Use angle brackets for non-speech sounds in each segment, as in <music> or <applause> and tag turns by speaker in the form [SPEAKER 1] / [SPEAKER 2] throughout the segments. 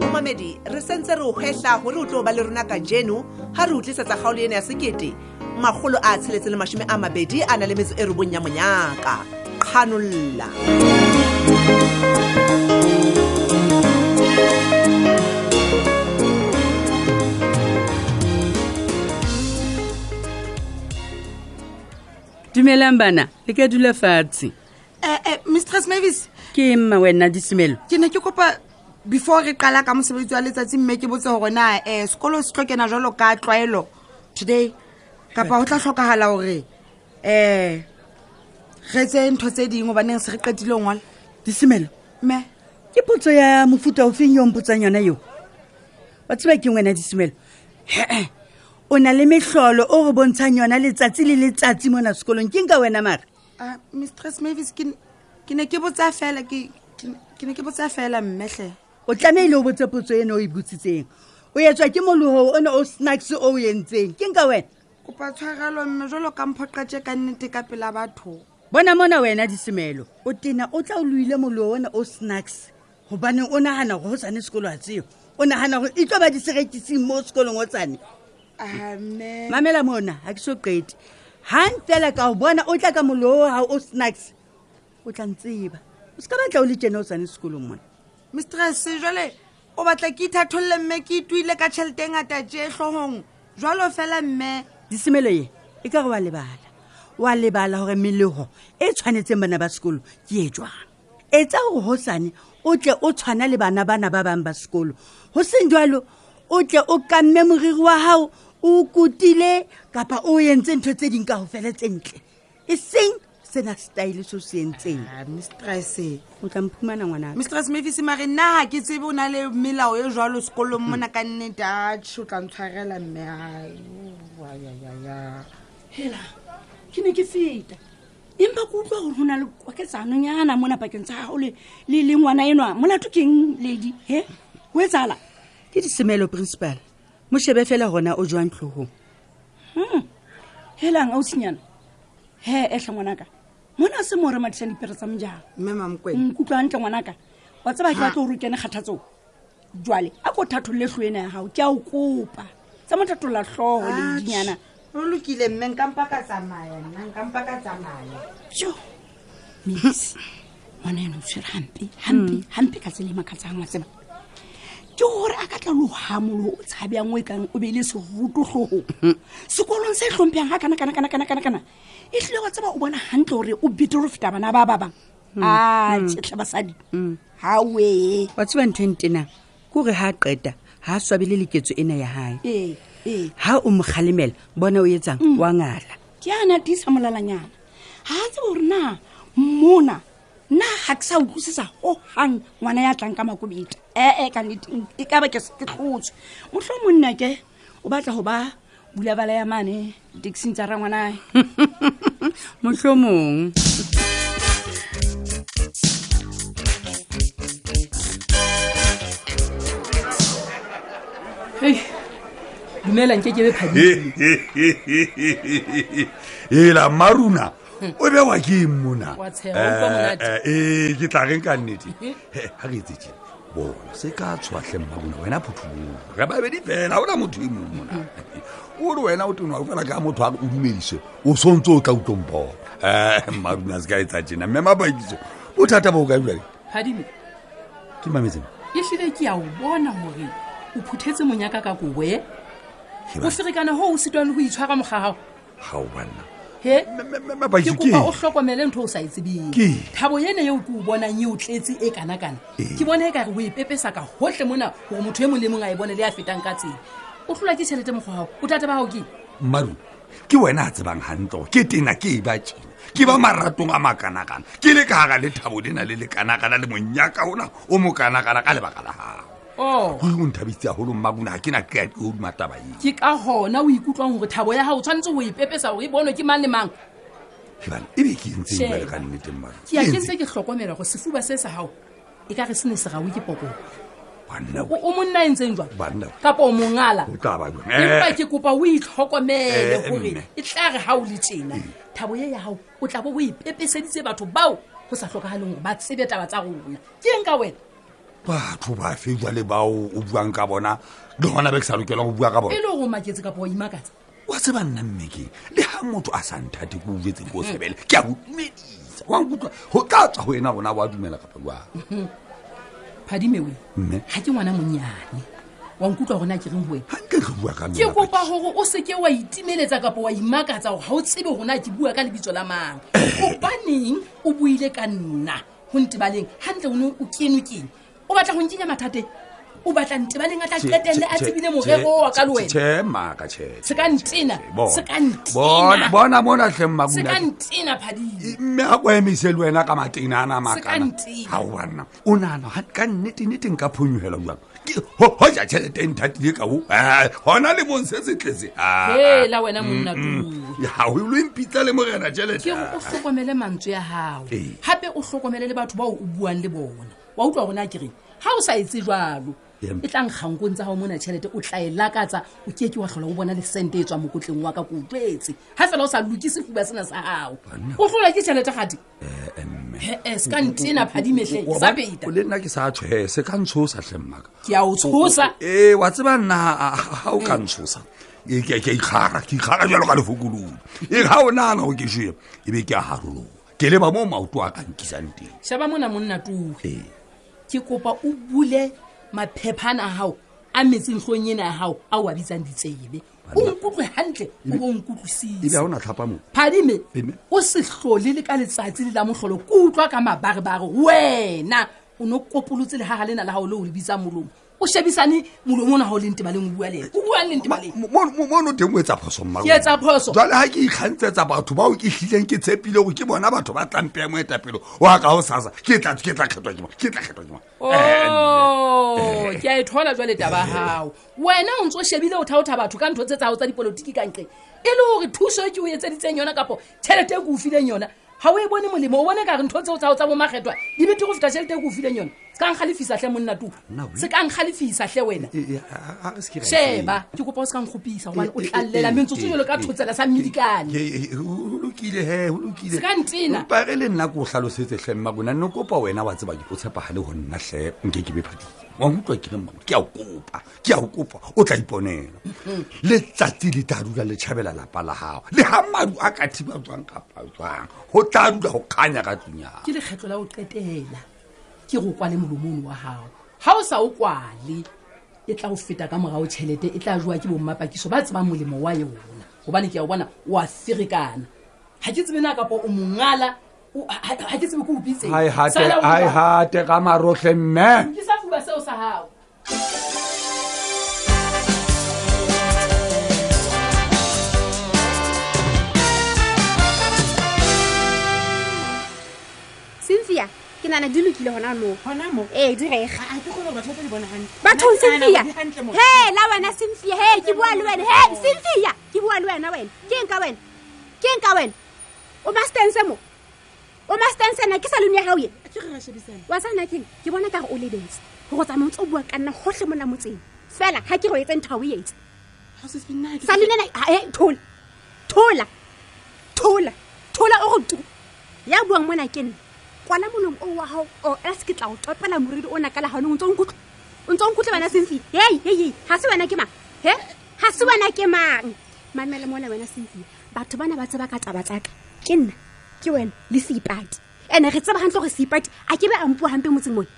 [SPEAKER 1] momamedi re sentse re o hwehla gore o tlo ba le rona ka jeno ga re utlisetsa kgaolo ena ya sekete magolo a tsheletse le mašome a mabedi a na le metso e robong ya monyaka kganolola
[SPEAKER 2] dumelang bana le ka dula fatshe
[SPEAKER 3] Eh, eh, mistress mavis
[SPEAKER 2] ke mma wena ditumelo
[SPEAKER 3] ke ne ke kopa before re qala ka mosebetsi wa letsatsi mme ke botse gore na um sekolo se tlo kena jalo ka tlwaelo today kapa go tla tlhokagala gore um re tse ntho tse dingwe baneng se re qetile ho ngwala
[SPEAKER 2] disemelo
[SPEAKER 3] mme
[SPEAKER 2] ke potso ya mofuta ofeng yo mpotsang yona eo wa tseba keng wena disemelo ee o na le metlholo o re bontshang yona letsatsi le letsatsi mona sekolong ke nka wena mara
[SPEAKER 3] Ah, mistress mavis ke ke ne ke botsa fela ke ke- ke ne ke botsa fela mmetlhe
[SPEAKER 2] o tlameile o botse potso eno o e botsitseng o etswa ke mologoo o ne o snacks o o entseng ke nka wena
[SPEAKER 3] kopa tshwarelo mme jalo ka mphoqaje ka nnete ka pela batho
[SPEAKER 2] bona mona wena disemelo o tena o tla o loile moloho ona o snacks gobane o nagana gore go tsane sekolo a tseo o nagana gore e tlo ba diserekising mo sekolong o tsane
[SPEAKER 3] Ah, mme
[SPEAKER 2] mamela mona ga ke so qete gang fela ka go bona o tla ka moloo ga o snacks o tla ntseba o se ka batla o le tena o tsane sekolong mona
[SPEAKER 3] mistress jale o batla ke ithatholle mme ke ituile ka tšhelete e ngata tee tlhogong jalo fela mme
[SPEAKER 2] disemelo ye e ka re wa lebala wa lebala gore melego e tshwanetseng bana ba sekolo ke e jwang etsa gore gosane o tle o tshwana le bana bana ba bangwe ba sekolo go seng jalo o tle o kamme moriri wa gago o kotile kapa o entse ntho tse dingwe ka go fele tse ntle e seng sena style se o se entseng
[SPEAKER 3] mistress
[SPEAKER 2] o tla mphumana ngwanaka
[SPEAKER 3] mistress mafis mare nna ga ke tsebe o na le melao e jalo sekolong mona ka nnete atšhe o tla ntshwarela mme ayayaya
[SPEAKER 4] hela ke ne ke feta empa ke utlwa gore go na le kwaketsanonyana mona pakeng tsa gago le le- le ngwana enwa molato ke eng ledi he o e tsala
[SPEAKER 2] ke disemelo principal mo shebe fela gona o jwang tlhogong
[SPEAKER 4] helang ausinyana he etlhe ngwanaka mona a se mo re mathisang dipere tsa mojalo
[SPEAKER 3] mme mamkwena
[SPEAKER 4] nkutlwa ntle ngwanaka wa tseba ke batlo gore o kene kgathatsong jwale a ko thatholle tlo ena ya gago ke a o kopa tsa mothatholola tlhogo ledinyana
[SPEAKER 3] o lokile mme nkampa ka tsamaya nna nkampa ka tsamaya
[SPEAKER 4] jo mis ngwana yone o tshwere hampe hampe hampe ka tsela e makatsang wa tseba ke gore a ka tla le hamolo o tshabeyang o e kang o beile seruto tlhogong sekolong se tlhompheyang ga kana-kana-kana-kana-kana e tlile wa tseba o bona gantle gore o betere ho feta bana ba ba bang a tsetlhe basadi gawe
[SPEAKER 2] wa tseba ntho e ntenang ke gore ga a qeta ga a swabele leketso ena ya gae
[SPEAKER 4] ee ee
[SPEAKER 2] ha o mo kgalemela bona o etsang wa ngala
[SPEAKER 4] ke ana tisa molalanyana ga a tsebe gore na mona nna ga ke sa utlwisisa gogang ngwana ya tlang ka makobeta ee kannete e ka ba ke se- ke tlotswe motlho monna ke o batla go ba bulabala ya mane taxing tsa
[SPEAKER 5] <laughs>
[SPEAKER 4] rangwanae
[SPEAKER 2] mohlomong
[SPEAKER 5] dumela nke kebe phadi
[SPEAKER 6] ela maruna o bewa ke eng mona
[SPEAKER 5] Wa tsheha, wa utlwa monate.
[SPEAKER 6] Eh, eh, eh, ke tla reng ka nnete He, ha re etse tjena bona se ka tshwatlhe mmaruna wena phuthulogo re babedi fela ona motho e mong mona o re wena o tenwa fela ka motho a re o dumedise o sontse o tla utlwompona um mmaruna se ka etsa tjena mme mabakiso bothata bo o ka jale
[SPEAKER 5] phadime
[SPEAKER 6] ke mametseng
[SPEAKER 5] ehlile ke a o bona gore o phuthetse monyaka ka kobo e o ferekana go o sitwang le go itshwara mogagago
[SPEAKER 6] gao banna
[SPEAKER 5] he ke
[SPEAKER 6] mabakiso
[SPEAKER 5] kopa o tlhokomele ntho o sa e tsebeng
[SPEAKER 6] Ke eng?
[SPEAKER 5] thabo ene eo ke o bonang eo tletse e kana-kana ke bona e ka re o e pepesa ka gotlhe mona gore motho e mong le mong a e bone le a fetang ka tsela o tlolwa ke tšhelete mogogago o tate ba gago ke eng?
[SPEAKER 6] mmaru ke wena a tsebang gantle ke tena ke e ba tjena ke ba maratong a makanakana ke le ka gara lethabo lena le lekanakana le monyaka ona o mokanakana ka lebaka la gago
[SPEAKER 5] Oh,
[SPEAKER 6] o o nthabitse agolo mmakuna ga ke na keatleo dimataba eng
[SPEAKER 5] ke ka gona o ikutlwang gore thabo ya gago o tshwanetse go e pepesa gore e bonwe ke mang le mang
[SPEAKER 6] ebane e be ke ntseng
[SPEAKER 5] Sheba.
[SPEAKER 6] bale ka nneteng mmaru
[SPEAKER 5] ke ya ke ntse ke tlhokomela go sefuba se sa gago e ka re se ne se gawe ke pokong
[SPEAKER 6] banna
[SPEAKER 5] o o monna e ntseng jwa
[SPEAKER 6] Banna.
[SPEAKER 5] kapa o mongala
[SPEAKER 6] o tla ba jwang?
[SPEAKER 5] empa
[SPEAKER 6] Eh,
[SPEAKER 5] ke kopa o itlhokomele
[SPEAKER 6] Eh,
[SPEAKER 5] gore
[SPEAKER 6] mme. Mm.
[SPEAKER 5] e tla re ga o le tjena thabo ye ya gago o tla bo o ipepeseditse batho bao go sa tlhokagaleng gore ba tsebe taba tsa rona ke eng ka wena
[SPEAKER 6] batho bafe jale bao o buang ka bona le gona be ke sa lokelang go bua ka
[SPEAKER 5] e
[SPEAKER 6] bona
[SPEAKER 5] le go maketse kapa wa imakatsa
[SPEAKER 6] wa tseba nna mmekeng le ga motho a sa nthate ko o jetse ko o sebele ke a go dumedisa wa nkutlwa go tla tswa go ena gona wa dumela kapa jang
[SPEAKER 5] phadimewe
[SPEAKER 6] Mme.
[SPEAKER 5] ga ke ngwana monnyane wa nkutlwa gona ke reng wena
[SPEAKER 6] ga nke ke bua ka
[SPEAKER 5] ke
[SPEAKER 6] mela
[SPEAKER 5] kopa
[SPEAKER 6] Padi.
[SPEAKER 5] gore o seke wa itimeletsa kapa wa imakatsa gore ga o tsebe gona ke bua ka lebitso la
[SPEAKER 6] <coughs>
[SPEAKER 5] mang gobaneng o buile ka nna go ntebaleng gantle o ne o kenwe keng o batla go nkenya mathateng o batla ntebaleng a tla qetelele a tsebile morero wa ka le wena
[SPEAKER 6] Tjhe, maka tjhe
[SPEAKER 5] se ka ntena
[SPEAKER 6] Bona.
[SPEAKER 5] se ka ntina
[SPEAKER 6] Bona- bona mona tlheng
[SPEAKER 5] se ka
[SPEAKER 6] makula
[SPEAKER 5] ntina phadime
[SPEAKER 6] mme a kwa emise le wena ka matena ana
[SPEAKER 5] Se ka
[SPEAKER 6] makana
[SPEAKER 5] ntina.
[SPEAKER 6] ga o banna o nana ha- ka nnetenneteng ka phonyogela jang goja tšhelete e nthatile kao gona le bong se se tletse Ah, ah.
[SPEAKER 5] hela wena monna tue
[SPEAKER 6] ha o lo mpitla le morena
[SPEAKER 5] ke
[SPEAKER 6] tšhelete
[SPEAKER 5] gore o tlhokomele mantswe ya gago
[SPEAKER 6] Ee.
[SPEAKER 5] gape o tlhokomele le batho bao o buang le bona wa utlwa gona kereng ga o sa etse jalo
[SPEAKER 6] Em.
[SPEAKER 5] e tlang gankong tsa gago mona tšhelete o tla e lakatsa o ke ke wa tlhola o bona le sente e tswa mo kotleng wa ka ko utlwetse ga fela o sa loke sefuba sena sa gago o tlholwa ke tšhelete gate ee se ka ntena phadimetlhe sa peta
[SPEAKER 6] le nna ke sa tshwe se ka ntsho o sa tlhemmaka
[SPEAKER 5] ke a o tshosa Mm.
[SPEAKER 6] ee wa tseba nna a- a- ga o ka ntshosa e, ke ke a ikgara ke ikgara jalo ka lefokolodi e ga o nana go ke jee e be ke a harologa ke leba mo maoto a ka nkisang teng
[SPEAKER 5] shaba mona monna tue
[SPEAKER 6] Ee.
[SPEAKER 5] ke kopa o bule maphepana a gago a metsentlong ena ya gago a o a bitsang ditsebe o nkutlwe gantle o bo
[SPEAKER 6] e be
[SPEAKER 5] nkutlwisise
[SPEAKER 6] ga ona tlhapa mo
[SPEAKER 5] phadime
[SPEAKER 6] Eme.
[SPEAKER 5] o se tlhole le ka letsatsi le la motlholo ke utlwa ka mabarebare wena o ne o kopolotse le gaga lena la gago le o le bitsang molomo o shebisane molomo o na ga o leng tebaleng o bua le ena o buang leng tebaleng
[SPEAKER 6] mono teng o etsa phoso mma
[SPEAKER 5] Ke etsa phoso.
[SPEAKER 6] jale ga ke ikgantsetsa batho bao ke tlhileng ke tshepile gore ke bona batho ba tlampea moetapele wa ka o sasa ke tla ke tla kgethwa ke mang, ke tla kgethwa ke mang. Eh, mme.
[SPEAKER 5] Oh, ke a e thola jwale taba gago wena o ntse o shebile o thaotha batho ka ntho tse tsa gago tsa dipolotiki ka nqeng e le gore thuso e ke o etseditseng yona kapo tšhelete e ke o fileng yona ga o e bone molemo o bone kare ntho tseo tsa gago tsa bomakgethwa di bete go feta tšhelete e ke o fileng yona se ka nkgalefisa tlhe monna tu
[SPEAKER 6] Nna we-
[SPEAKER 5] se ka nkgalefisa tlhe wena
[SPEAKER 6] Eh, eh, a- a- a- se ke ra e
[SPEAKER 5] sheba ke kopa o se ka nkgopisa gobane
[SPEAKER 6] Eh,
[SPEAKER 5] o tlalela metsotso jalo ka thotsela sa mmedikane
[SPEAKER 6] olokile he olokile
[SPEAKER 5] Se ka ntena.
[SPEAKER 6] pare le nna ke o tlhalosetse tlhe mmakona nne kopa wena wa tseba ke o tshepagale go nna tlhe nke ke be phadile wa utlwa ke reng ke a o kopa ke a o kopa o tla iponela letsatsi le tla dula le tšhabela lapa la gago le ga madu a ka thiba jwang kapa jwang go tla dula go kganya ka tlong ya gago
[SPEAKER 5] ke lekgetlo la o qetela ke go kwale molomono wa gago ga o sa o kwale e tla go feta ka morago tšhelete e tla jwa ke bommapakiso ba tsebang molemo wa yona gobane ke ya o bona o a ferekana ga ke tsebe na kapo o mongala o- ha- ha ha ke tsebe ko
[SPEAKER 6] Hai hate- hai hate ka marotlhe mme
[SPEAKER 5] sa fuba seo sa gago
[SPEAKER 7] cynthia ke nana di lokile gona moo
[SPEAKER 4] gona mo
[SPEAKER 7] ee di rega
[SPEAKER 4] a ke kgone gore batho ba tlo di bona gantle.
[SPEAKER 7] bathong
[SPEAKER 4] Nna ke nahana
[SPEAKER 7] cynthia
[SPEAKER 4] hore di hantle mona.
[SPEAKER 7] he la wena cynthia he ke bua le wena he cynthia ke bua le wena wena ke eng ka wena ke eng ka wena o mastense mo o mastense na ke salone ya gaoye
[SPEAKER 4] A ke re ra shebisana.
[SPEAKER 7] wa tsana keng ke bona ka gore o lebetse gore o tsamaya o ntse o bua ka nna gotlhe mo namotseng fela ga ke re o etse ntho ha o e etse
[SPEAKER 4] Ha o se tsebe nna ha ke-
[SPEAKER 7] salonena eh, thola thola thola thola o go tu ya buang mona ke nna kwala molong o wa gago o else ke tla o topela moriri o nakala gane o ntse o nkutlwe o ntse o nkutlwe wena senfi hei hei hei ga se wena ke mang he ga se wena ke mang mamele mona wena senfi batho bana ba tseba ka taba tsaka ke nna ke wena le seipati and-e re tseba gantle gore seipati a ke be a mpua gampe motseng mone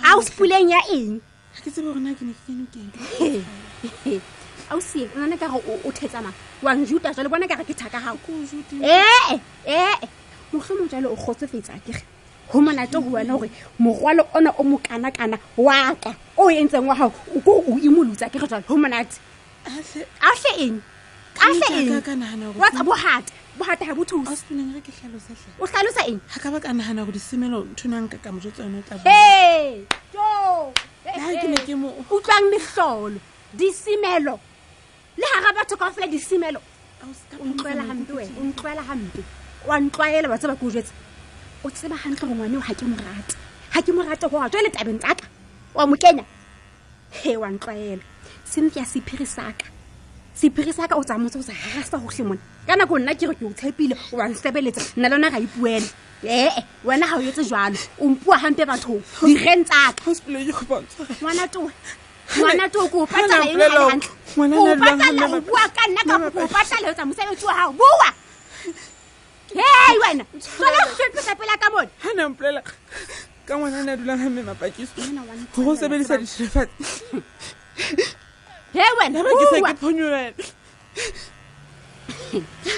[SPEAKER 4] A o se boleng tshware.
[SPEAKER 7] a o sepuleng ya eng
[SPEAKER 4] Ha ke tsebe gore na ke ne ke kene keng
[SPEAKER 7] <laughs> ausie o nane kare o thetsamang wang juta jalo bona kare ke thaka E, gago
[SPEAKER 4] Ke o jute.
[SPEAKER 7] ee ee motlhomo jalo o kgotsofetsa kere go monate go wena gore morwalo ona o mokanakana wa ka o e ntseng wa gago o kore o imolutsa kere jalo go monate
[SPEAKER 4] Ahle,
[SPEAKER 7] ahle eng ahle
[SPEAKER 4] Ke a ka- ka nahana
[SPEAKER 7] eng
[SPEAKER 4] hore-
[SPEAKER 7] watsa bogata bogata ga
[SPEAKER 4] a
[SPEAKER 7] bo
[SPEAKER 4] o
[SPEAKER 7] thuse
[SPEAKER 4] se boleng re ke tlhalosatlhe
[SPEAKER 7] o tlhalosa eng
[SPEAKER 4] ga ka ba ka nagana gore disemelo ntho nang ka kamoso tsa yone o tla bo
[SPEAKER 7] ee jo
[SPEAKER 4] Ha ke ne ke mo-
[SPEAKER 7] utlwang metlholo disemelo le gara batho ka fela disemelo o ntlwaela gampe wena o ntlwaela gampe wa ntlwaela wa tseba ke o jetse o tseba gantle go ngwane o ga ke mo rate ga ke mo rate go wa tswa letabeng tsaka wa mo kenya he wa ntlwaela cynthia sephiri saka sephiri sa ka o tsaya motse o sa gagasa gotlhe mone ka nako nna ke re ke o tshepile o wansebeletsa nna le yona ga ipuele ee wena ga o etse jalo o mpua gampe bathong direng tsaka
[SPEAKER 8] e
[SPEAKER 7] ngwana towe ngwana to ko patala eng ha le hantle ko patala o bua ka nna ka ko patala o tsa mosebetsi wa hao bua hei wena tsala hlopisa pela e ka mone
[SPEAKER 8] ha ne mpolela ka ngwana a ne a dulang gamme mapakiso
[SPEAKER 7] Ngwana wa ntho
[SPEAKER 8] go
[SPEAKER 7] wena,
[SPEAKER 8] sebedisa dithethefatsi
[SPEAKER 7] hei wena
[SPEAKER 8] ya ba ke sa
[SPEAKER 7] bua
[SPEAKER 8] ke phonyola ena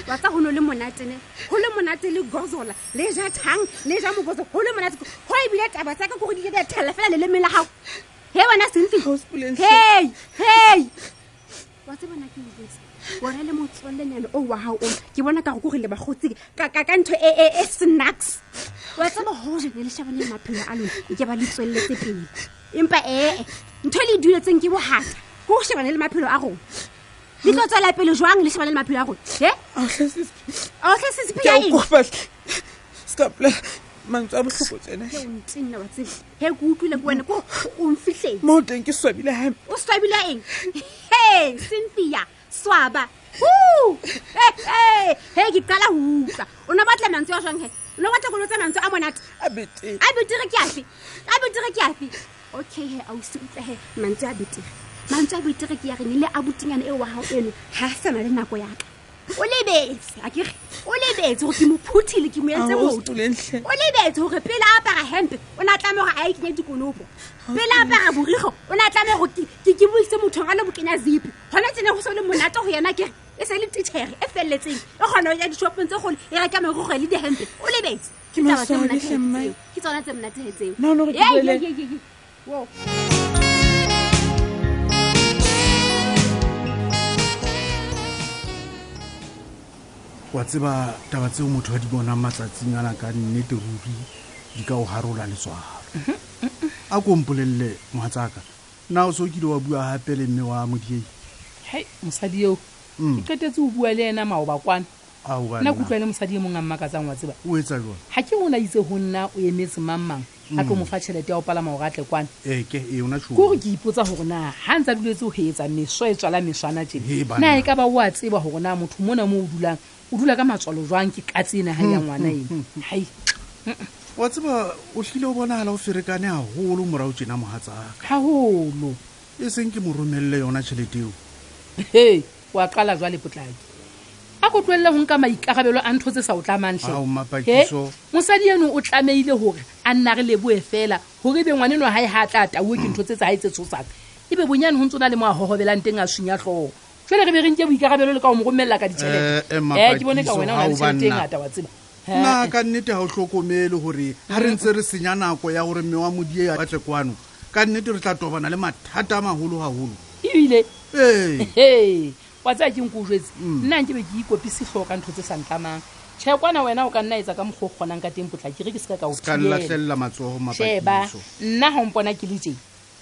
[SPEAKER 7] wa tsa go no le monate ne go le monate le gozola le ja thang le ja mogozo go le monate go ebile taba tsaka kore di ke thella fela le lemeng la gago he wena sentse hei hei wa tsebana ke obotse wona le motswallenyane o wa gao o ke bona ka go kore le bagotse ka ka- ka ntho e- e e snacks wa tseba gojene le shabane le maphelo a lona e ke ba le tsweleletse pele empa ee ntho e le e duletseng ke bogata go go shebane le maphelo a rona di tlo tswela pele jwang le shebane le maphelo a rona e otlhe sesepela eng
[SPEAKER 8] kopa seka polela mantswe a botlhoko tsena
[SPEAKER 7] Ke o ntse nna wa tsebe he ke utlwile ke wena ko o mfitlheng
[SPEAKER 8] mo teng ke swabile gampe
[SPEAKER 7] o swabile eng he cynthia swaba Hoo! Eh, eh, he ke qala ho utlwa o ne o batla mantswe a jwang he o ne o batla kolo tsa mantswe a monate
[SPEAKER 8] a beteng
[SPEAKER 7] a betere ke afe a betere ke afe okay he ausi utlwe he mantswe a betere mantswe a betere ke ya reng le a botenyana eo wa gago eno ga a sana le nako yaka o lebetse akere o lebetse gore ke mo phuthile ke mo etse moto
[SPEAKER 8] otolentlhe
[SPEAKER 7] o lebetse gore pele a apara hempe o ne a tlame gore a e kenye dikonopo pele a apara borigo o ne a tlame gore ke- ke ke boise motho a le bokenya zipi gona tsene go se le monate go yena kere e se le titšhere e feleletseng e kgona go ya dishopong tse gole e reka merogo le dihempe o lebetse ke taba tse
[SPEAKER 8] maswabi
[SPEAKER 7] monate
[SPEAKER 8] hle, mma.
[SPEAKER 7] tseo. Ke tsona tse monate tseo
[SPEAKER 8] Na o no re ke
[SPEAKER 7] Ei,
[SPEAKER 8] bolele-
[SPEAKER 7] ei, ei, ei. Wow.
[SPEAKER 9] wa tseba taba tseo motho a di bonang matsatsing ana ka nnete ruri di ka o harola letswalo a ko mpolelele mohatsaka na o se o kile wa bua gape le mme wa modiei
[SPEAKER 5] hai mosadi eo
[SPEAKER 6] Mm.
[SPEAKER 5] ke qetetse o bua le ena maoba kwana nna ke utlwa le mosadi e mong a mmakatsang wa tseba
[SPEAKER 9] o etsa jone
[SPEAKER 5] ga ke ona itse go nna o emetse mangmang a
[SPEAKER 6] Mm.
[SPEAKER 5] tlo mo fa tšhelete ya go palama gore a tle kwana
[SPEAKER 9] eke e ona
[SPEAKER 5] ke gore ke ipotsa gore na ga ntse a duletse go etsa meswa e tswala meswana
[SPEAKER 9] Hee,
[SPEAKER 5] tjena
[SPEAKER 9] banna.
[SPEAKER 5] na e ka ba o a tseba gore na motho mona mo o dulang o dula ka matswalo jwang ke katse ena ga ya ngwana eno hai
[SPEAKER 9] wa tseba o tlile o bonagala o ferekane gagolo morago tjena mohatsaka
[SPEAKER 5] gagolo
[SPEAKER 9] e seng ke mo romelele yona tšhelete eo
[SPEAKER 5] he wa qala jwa lepotlaki a ko tlohelle ho nka maikarabelo a ntho tse sa o tlamantle
[SPEAKER 9] Ao, Mapakiso.
[SPEAKER 5] mosadi eno o tlameile hore a nna re leboe fela hore ebe ngwaneno hae ha a tla tauwe ke ntho tse tsa hae tse tshosang ebe bonyane ho ntso na le mo a hohobelang teng a swinya tlhogo jwale re be re nke boikarabelo le ka ho mo romella ka ditjhelete
[SPEAKER 9] Eh, eh,
[SPEAKER 5] Eh, ke bone ka
[SPEAKER 9] Mapakiso,
[SPEAKER 5] wena o na le
[SPEAKER 9] hao ba
[SPEAKER 5] tjhelete e
[SPEAKER 9] nna.
[SPEAKER 5] ngata wa tseba Eh,
[SPEAKER 9] na
[SPEAKER 5] eh.
[SPEAKER 9] ka nnete ga o tlhokomele gore ga re ntse re senya nako ya gore mme wa modie a tle kwano ka nnete re tla tobana le mathata a magolo gagolo
[SPEAKER 5] ebile
[SPEAKER 9] ee
[SPEAKER 5] he wa tsaya ke nko o jwetse
[SPEAKER 9] Mm.
[SPEAKER 5] nna nke be ke ikopise tlhoho ka ntho tse sa ntlamang tšhekwana wena o ka nna etsa ka mokgwa o kgonang ka teng potla ke re ke se ka ka o
[SPEAKER 9] se ka
[SPEAKER 5] thibela.
[SPEAKER 9] nlatlhelela matsogo
[SPEAKER 5] sheba
[SPEAKER 9] mapakiso
[SPEAKER 5] nna ga mpona ke le teng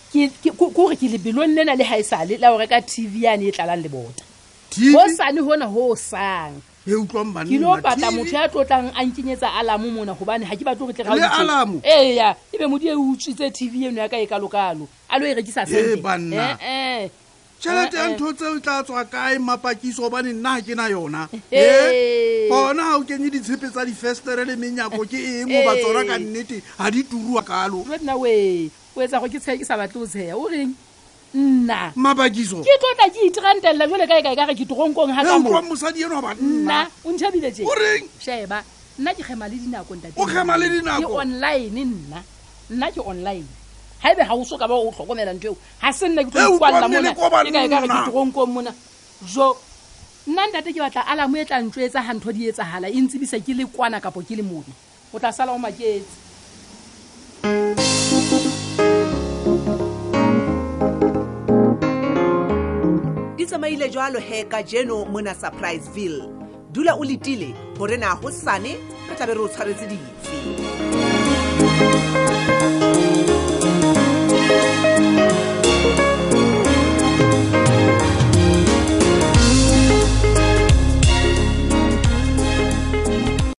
[SPEAKER 5] Ke- ke- ko- ko gore ke lebelong lena le ga e sale la go reka tv yane e tlalang le bota
[SPEAKER 9] TV?
[SPEAKER 5] go sane gona go sang
[SPEAKER 9] e utlwang
[SPEAKER 5] ke lo patla
[SPEAKER 9] banna
[SPEAKER 5] motho ya tlotlang a nkenyetsa alamo mona gobane ga ke batle go tle
[SPEAKER 9] Le alarm?
[SPEAKER 5] eya ebe modi e utswitse tv eno ya ka e kalokalo a lo e rekisa
[SPEAKER 9] Eh,
[SPEAKER 5] sente.
[SPEAKER 9] banna.
[SPEAKER 5] Eh, eh.
[SPEAKER 9] tšhelete ya
[SPEAKER 5] Eh, eh.
[SPEAKER 9] ntho tseo e tla tswa kae mapakiso gobane nna ga ke na
[SPEAKER 5] <laughs>
[SPEAKER 9] yona
[SPEAKER 5] Hey.
[SPEAKER 9] Eh, gona ga o kenye ditshepe tsa difestere le menyako ke eng goba tsona ka
[SPEAKER 5] Hey.
[SPEAKER 9] nnete ga di turua kalo
[SPEAKER 5] Jwale nna we o etsa go ke tshe ke sa batle go tsheya o reng nna
[SPEAKER 9] mapakiso
[SPEAKER 5] ke tlotla ke itrantelela jole kae kae ka re ke toronkong ga
[SPEAKER 9] e
[SPEAKER 5] ka mo
[SPEAKER 9] utlwang mosadi eno goba
[SPEAKER 5] nna
[SPEAKER 9] nna
[SPEAKER 5] o ntšhabile je
[SPEAKER 9] o reng
[SPEAKER 5] sheba nna ke kgema le dinako ntate.
[SPEAKER 9] O kgema le dinako?
[SPEAKER 5] ke online nna nna ke online ga ebe ga o soka ba o tlhokomela ntho eo ga se nna ke tlo
[SPEAKER 9] Hei, o
[SPEAKER 5] ikwalla
[SPEAKER 9] tlohelle
[SPEAKER 5] mona,
[SPEAKER 9] le koba
[SPEAKER 5] e ka e ka re ke
[SPEAKER 9] nna.
[SPEAKER 5] toronkong mona jo nna ntate ke batla alamo e tla ntlo etsa ga ntho di etsagala e ntsebisa ke le kwana kapo ke le mona o tla sala o maketse
[SPEAKER 1] di tsamaile jalo he ka jeno mona surpriseville dula o letile gore na go sane re tlabe re o tshwaretse dife